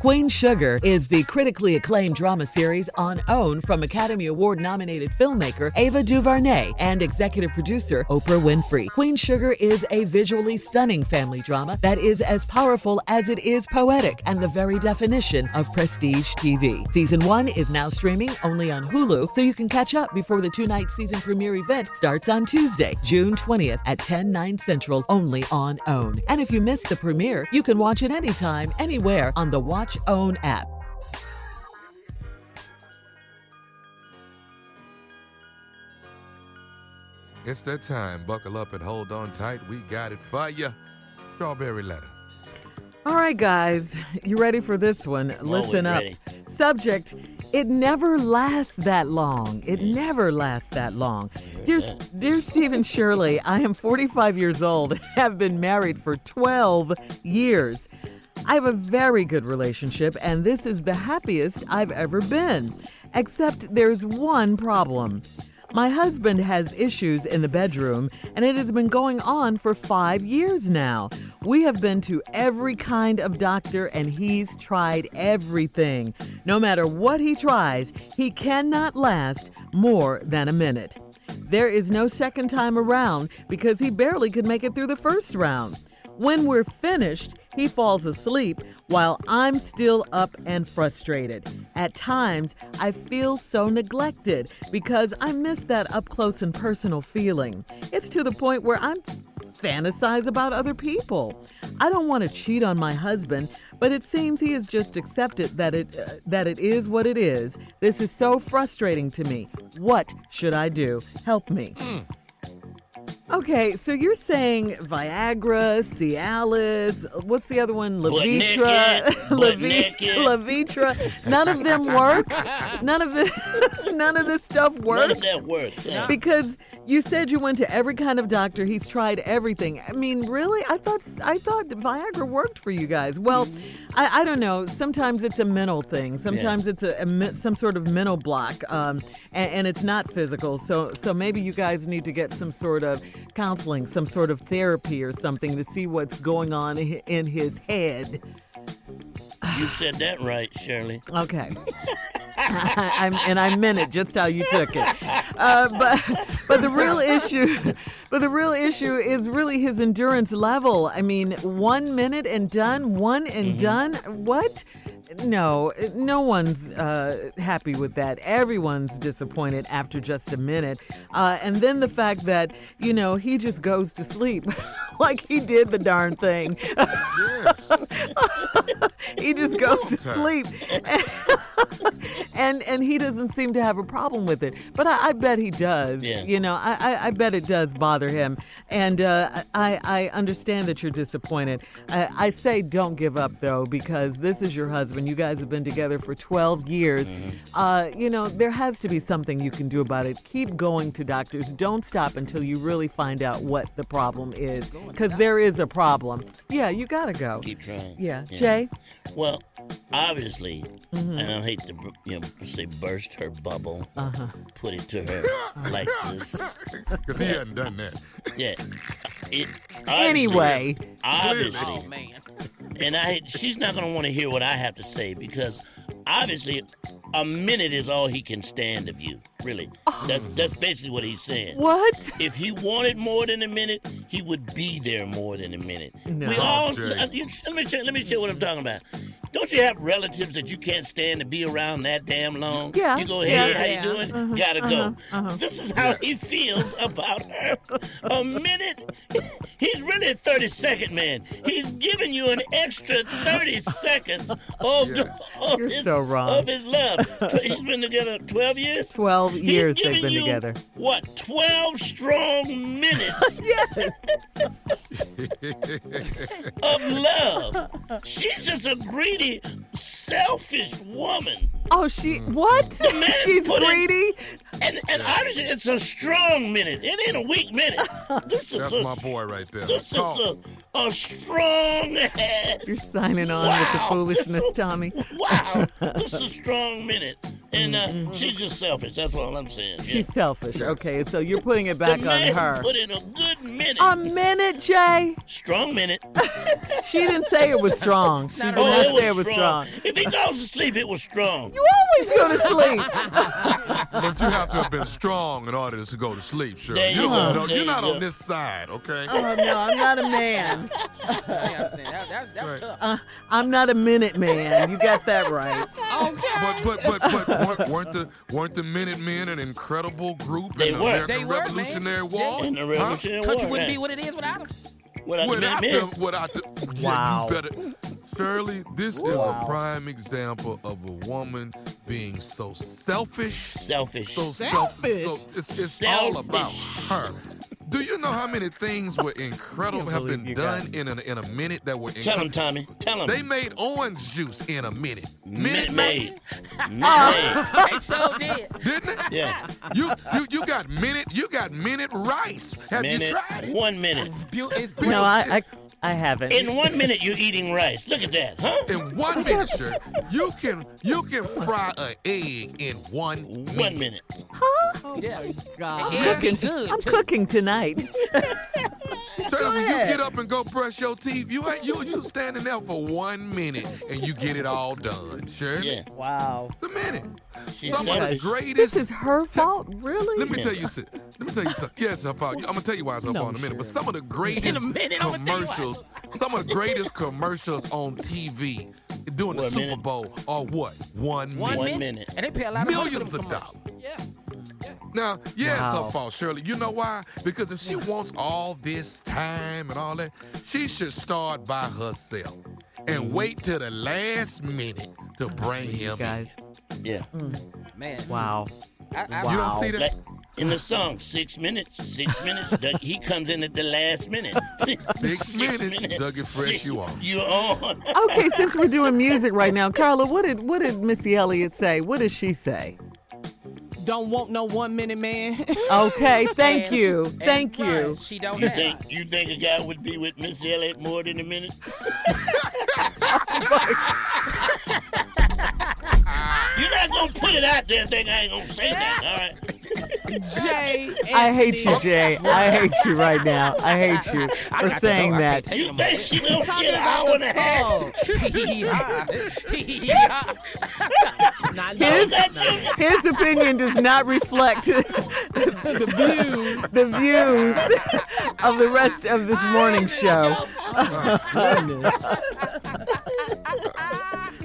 Queen Sugar is the critically acclaimed drama series on OWN from Academy Award nominated filmmaker Ava DuVernay and executive producer Oprah Winfrey. Queen Sugar is a visually stunning family drama that is as powerful as it is poetic and the very definition of prestige TV. Season 1 is now streaming only on Hulu, so you can catch up before the two night season premiere event starts on Tuesday, June 20th at 10, 9 Central, only on OWN. And if you missed the premiere, you can watch it anytime, anywhere on the Watch own app. It's that time. Buckle up and hold on tight. We got it for you. Strawberry letter. All right, guys, you ready for this one? Listen up. ready. Subject It never lasts that long. It never lasts that long. Dear, dear Stephen Shirley, I am 45 years old and have been married for 12 years. I have a very good relationship, and this is the happiest I've ever been. Except there's one problem. My husband has issues in the bedroom, and it has been going on for five years now. We have been to every kind of doctor, and he's tried everything. No matter what he tries, he cannot last more than a minute. There is no second time around because he barely could make it through the first round. When we're finished, he falls asleep while I'm still up and frustrated. At times, I feel so neglected because I miss that up close and personal feeling. It's to the point where I'm fantasize about other people. I don't want to cheat on my husband, but it seems he has just accepted that it uh, that it is what it is. This is so frustrating to me. What should I do? Help me. Okay, so you're saying Viagra, Cialis, what's the other one? Levitra, naked, butt naked. Levitra. None of them work. None of the none of this stuff works. None of that works. huh? Because you said you went to every kind of doctor. He's tried everything. I mean, really? I thought I thought Viagra worked for you guys. Well, I, I don't know. Sometimes it's a mental thing. Sometimes it's a, a me- some sort of mental block, um, and, and it's not physical. So so maybe you guys need to get some sort of counseling, some sort of therapy or something to see what's going on i- in his head. You said that right, Shirley. Okay. I'm, and I meant it just how you took it. Uh, but but the real issue, but the real issue is really his endurance level. I mean, one minute and done, one and done. What? No, no one's uh, happy with that. Everyone's disappointed after just a minute. Uh, and then the fact that you know he just goes to sleep, like he did the darn thing. Yes. he just goes to time. sleep and and he doesn't seem to have a problem with it but i, I bet he does Yeah. you know I, I i bet it does bother him and uh i i understand that you're disappointed i i say don't give up though because this is your husband you guys have been together for 12 years Mm-hmm. uh you know there has to be something you can do about it keep going to doctors don't stop until you really find out what the problem is because there is a problem yeah you gotta go Keep trying. yeah. Jay? Mm-hmm. Well, obviously, and I hate to you know say burst her bubble, Uh-huh. put it to her like this. Because he hadn't done that. Yeah. It, obviously- Anyway. Obviously. Oh man. and I she's not gonna want to hear what I have to say because obviously a minute is all he can stand of you. Really, that's Oh. that's basically what he's saying. What? If he wanted more than a minute, he would be there more than a minute. No. We all Jay. let me show, let me show what I'm talking about. Don't you have relatives that you can't stand to be around that damn long? Yeah. You go, hey, Yeah. how Yeah. you doing? Uh-huh, Gotta uh-huh, go. This is how he feels about her. A minute. He's really a 30 second man. He's giving you an extra 30 seconds of, the, of, You're his, so wrong. of his love. Tw- He's been together 12 years? 12 He's years they've giving been you, together. What, 12 strong minutes Yes. of love? She's just a greedy, selfish woman. Oh, she what? man She's put in- greedy. And, and obviously, it's a strong minute. It ain't a weak minute. This is That's a, my boy right there. this is Talk. a, a strong ass. You're signing on with the Wow, foolishness, this is- Tommy. Wow, this is a strong minute And uh, she's just selfish. That's all I'm saying. Yeah. Mm-hmm. She's selfish. Okay, so you're putting it back the on man her. Um, put in a good minute. A minute, Jay. strong minute. She didn't say it was strong. She did Oh, not it was, say it was strong. If he goes to sleep, it was strong. You always go to sleep. But you have to have been strong in order to go to sleep, sure. There you You go, don't know. there You're you not go. on this side, okay? Oh no, I'm not a man. I understand. That, that's that's Right. tough. Uh, I'm not a minute man. You got that right. But but but but weren't, weren't the weren't the Minutemen an incredible group They in the were. American They were, man. Revolutionary They- War? In the Revolutionary Country War. man. wouldn't be what it is without him. Without the Without men, the, without the, Wow. you better, Shirley, this is a Wow. prime example of a woman being so selfish. selfish. So self- Selfish? so it's it's all about Selfish. her. Do you know how many things were incredible have believe been you got done in a, in a minute that were Tell him, incredible? Tommy. Tell him. They made orange juice in a minute. Minute Minute Maid. made, Minute Maid. Oh. They sure did. didn't it? Yeah. You you you got minute you got minute rice. Have you Minute. tried it? One minute. Beau- it's beautiful. No, I, I, I haven't. In one minute, you're eating rice. Look at that, huh? In one minute, sure. You can you can fry an egg in one minute. One minute. Yeah. God. Yeah, Cooking. it's good, Oh I'm too. cooking tonight. Straight up, when you ahead. get up and go brush your teeth, you ain't you you standing there for one minute and you get it all done. Sure. Yeah. Wow. It's a minute. She's Some of the selfish. greatest. This is her fault, really? Let me tell you. si- Let me tell you something. Yes, I'm gonna tell you why it's her No, fault in a minute. But some of the greatest minute, I'ma tell you why. commercials, some of the greatest commercials on TV during the One Super minute. Bowl are what? One, One, minute. minute. minute. And they pay a lot of money for Millions them of commercials. Yeah. Now, yeah, it's Wow. her fault, Shirley. You know why? Because if she wants all this time and all that, she should start by herself and wait till the last minute to bring Mm-hmm. you him. in. guys. Yeah. Man. Wow. I, I, You don't Wow. see that? Like in the song, six minutes, six minutes. Doug, he comes in at the last minute. Six, minutes, Dougie Fresh, you on. You on. Okay, since we're doing music right now, Carla, what did what did Missy Elliott say? What did she say? Don't want no one minute man. Okay, thank And- you. and Thank run. you. She don't You have. think you think a guy would be with Miss Elliott more than a minute? You're not gonna put it out there and think I ain't gonna say that, all right? Jay. I hate you, Anthony. Jay. I hate you right now. I hate you for saying that. You think she gonna Talking get an hour about and a the half? song. Not His, That you- his opinion does not reflect the views the views of the rest of this morning show.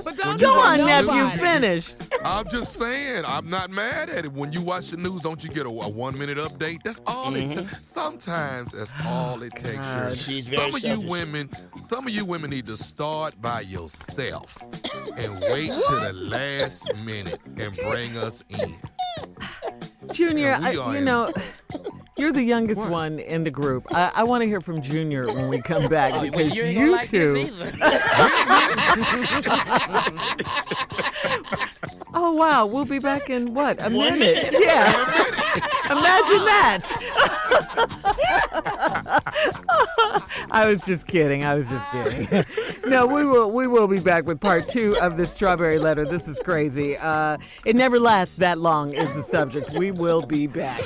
But don't When you Go watch on, the nephew, news- finished. I'm just saying, I'm not mad at it. When you watch the news, don't you get a, a one minute update? That's all it Mm-hmm. takes. Sometimes that's all it takes. Shirley. She's very Some of you selfish. women, some of you women need to start by yourself and wait to the last minute and bring us in. Junior, And I, we are you in- know, you're the youngest What? one in the group. I, I want to hear from Junior when we come back because Oh, you ain't gonna you like this two. either. Oh wow, we'll be back in what a One minute? minute. Yeah, imagine that. I was just kidding. I was just kidding. no, we will. We will be back with part two of this strawberry letter. This is crazy. Uh, it never lasts that long. Is the subject. We will be back.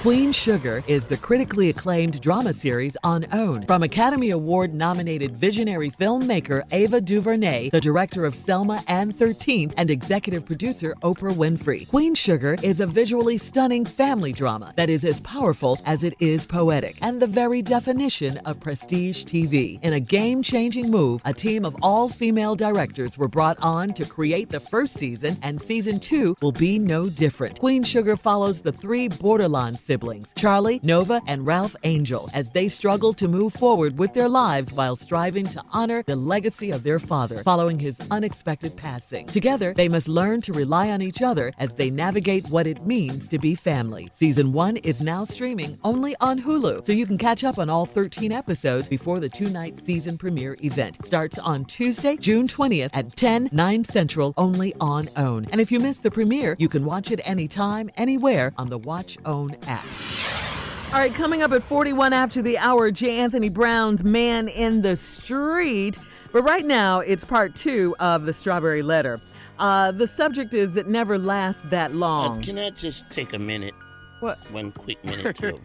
Queen Sugar is the critically acclaimed drama series on OWN from Academy Award nominated visionary filmmaker Ava DuVernay, the director of Selma and 13th, and executive producer Oprah Winfrey. Queen Sugar is a visually stunning family drama that is as powerful as it is poetic and the very definition of prestige TV. In a game changing move, a team of all female directors were brought on to create the first season, and season two will be no different. Queen Sugar follows the three borderline siblings, Charlie, Nova, and Ralph Angel, as they struggle to move forward with their lives while striving to honor the legacy of their father following his unexpected passing. Together, they must learn to rely on each other as they navigate what it means to be family. Season one is now streaming only on Hulu, so you can catch up on all 13 episodes before the two night season premiere event. Starts on Tuesday, June 20th at 10, 9 Central, only on OWN. And if you missed the premiere, you can watch it anytime, anywhere on the Watch OWN app. All right, coming up at 41 after the hour, J. Anthony Brown's Man in the Street. But right now, it's part two of the Strawberry Letter. Uh, the subject is It Never Lasts That Uh, Long. can I just take a minute? What? One quick minute to.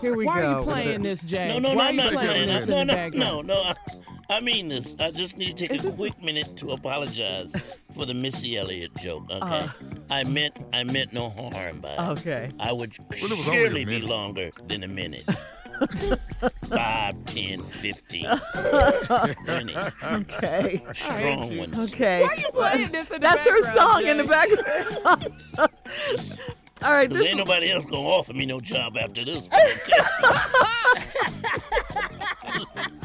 Here we Why go. are you playing this, Jay? No, no, no, Why I'm are you not playing playing. this No, in the no, no, background? no. I, I mean this. I just need to take Is a this- quick minute to apologize for the Missy Elliott joke. Okay, Uh-huh. Uh. I meant I meant no harm by it. Okay. I would it was only a surely be minute. longer than a minute. Five, ten, fifteen, twenty. Okay. Strong ones. Okay. Why are you playing this in the That's her background, song Jay? in the background. All right. Cause This, ain't nobody else gonna offer me no job after this.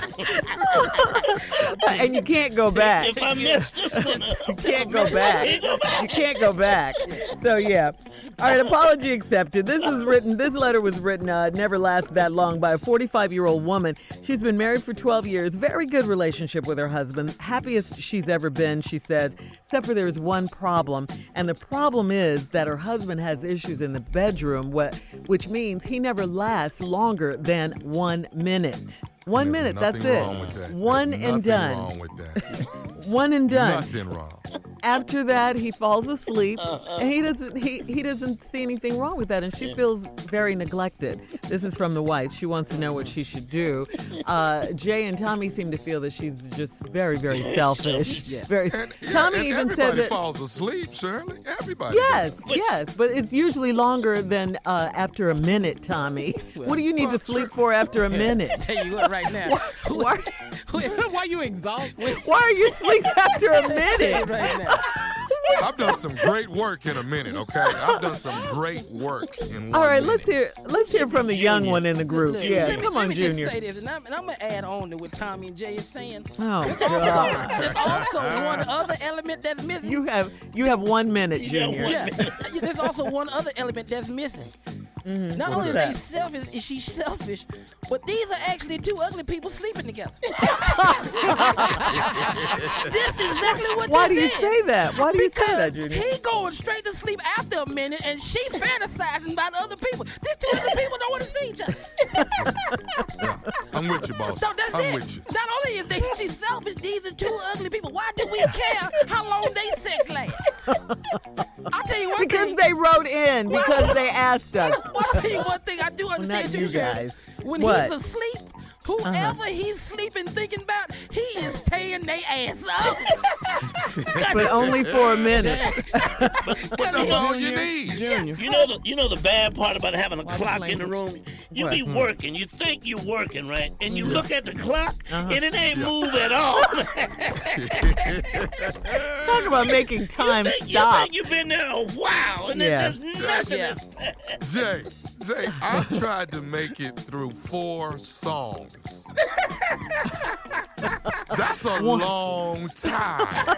podcast. and you can't go back. if I mess this one up, You can't go back. can't go back. You can't go back. So yeah. All right, apology accepted. This is written. This letter was written. Uh, never lasts that long by a 45-year-old woman. She's been married for 12 years. Very good relationship with her husband. Happiest she's ever been. She says, except for there's one problem, and the problem is that her husband has issues in the bedroom. What, which means he never lasts longer than one minute. One There's minute. That's nothing it. wrong with that. There's One and nothing done. Wrong with that. One and done Nothing wrong. after that he falls asleep Uh, and he doesn't he, he doesn't see anything wrong with that and she feels very neglected this is from the wife she wants to know what she should do uh, jay and tommy seem to feel that she's just very very selfish Yeah. very And, yeah, and tommy even everybody said that falls asleep, Shirley. Everybody. yes yes but it's usually longer than uh, after a minute tommy what do you need to well, sleep sure. for after a minute Tell you what, right now. why, Why are you exhausted? why are you asleep after a minute right now. does. I've done some great work in a minute, okay? I've done some great work in one all right minute. let's hear let's hear from the young one in the group Look, yeah let me- come on let me junior Just say this, and I'm, and I'm gonna add on to what Tommy and Jay is saying. Oh Also, God! there's also one other element that's missing. You have you have one minute, Yeah, Junior. one- yeah. There's also one other element that's missing. Not only is Mm-hmm. that? they selfish, is she selfish, but these are actually two ugly people sleeping together. That's exactly what Why do you this is. say that? Why do you say that, Junior? He going straight to sleep after a minute, and she fantasizing about other people. These two other people don't want to see each other. I'm with you, boss. So that's I'm it. with you. Not only is they she selfish, these are two ugly people. Why do we care how long they sex lasts? I'll tell you one Because thing. they wrote in because they asked us. One thing, one thing I do not understand you too, Shirley. guys. When What? Uh-huh. he's asleep, whoever he's sleeping thinking about, he is tearing their ass up. But only for a minute. That's Because all you need. Junior. You know the you know the bad part about having a Why clock playing in the with- room. You What? be Hmm. working, you think you working, right? And you look at the clock Uh-huh. and it ain't move at all. Talk about making time you, think, you stop. think you've been there a while and Yeah. it, there's nothing. Yeah. that's- Jay, Jay, I tried to make it through four songs. That's a long time.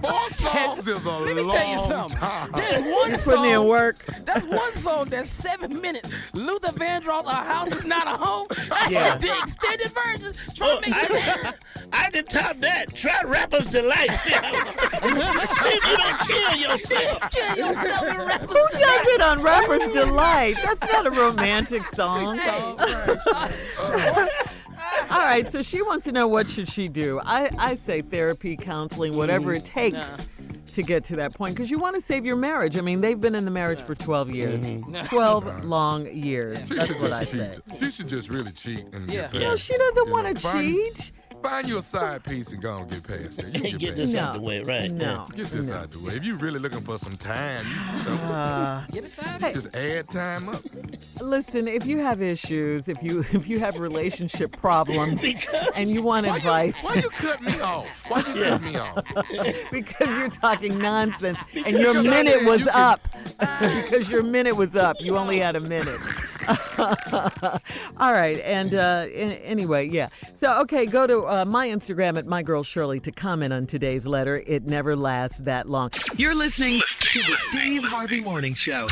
Four songs is a Let me long tell you something. time. There's one You're song. putting in work. That's one song that's seven minutes. Luther Vandross, "Our House Is Not a Home." Yeah. the extended version. Try Oh, to make I, I can top that. Try Rapper's Delight. See, how- see if you don't kill yourself. kill yourself and rap. Who does it on Rapper's Delight? That's not a romantic song. All right, so she wants to know what should she do. I, I say therapy, counseling, whatever it takes to get to that point, because you want to save your marriage. I mean, they've been in the marriage for 12 years, 12 long years. She That's should what I just say. cheat. You should just really cheat and Yeah. get past. No, it. she doesn't You want know, to find- cheat. Find you a side piece and go and get past it. You Can't get, get past this out No. the way, right? No. it. Get this out the way. If you're really looking for some time, you, you know, Get aside. just add time up. Listen, if you have issues, if you if you have relationship problems, and you want Why you, advice why you cut me off? Why you cut me off? because you're talking nonsense and your Because I minute said was you can- up because your minute was up. You only had a minute. All right, and uh, an- anyway, yeah. So okay, go to uh, my Instagram at my girl Shirley to comment on today's letter. It never lasts that long. You're listening to the Steve Harvey Morning Show.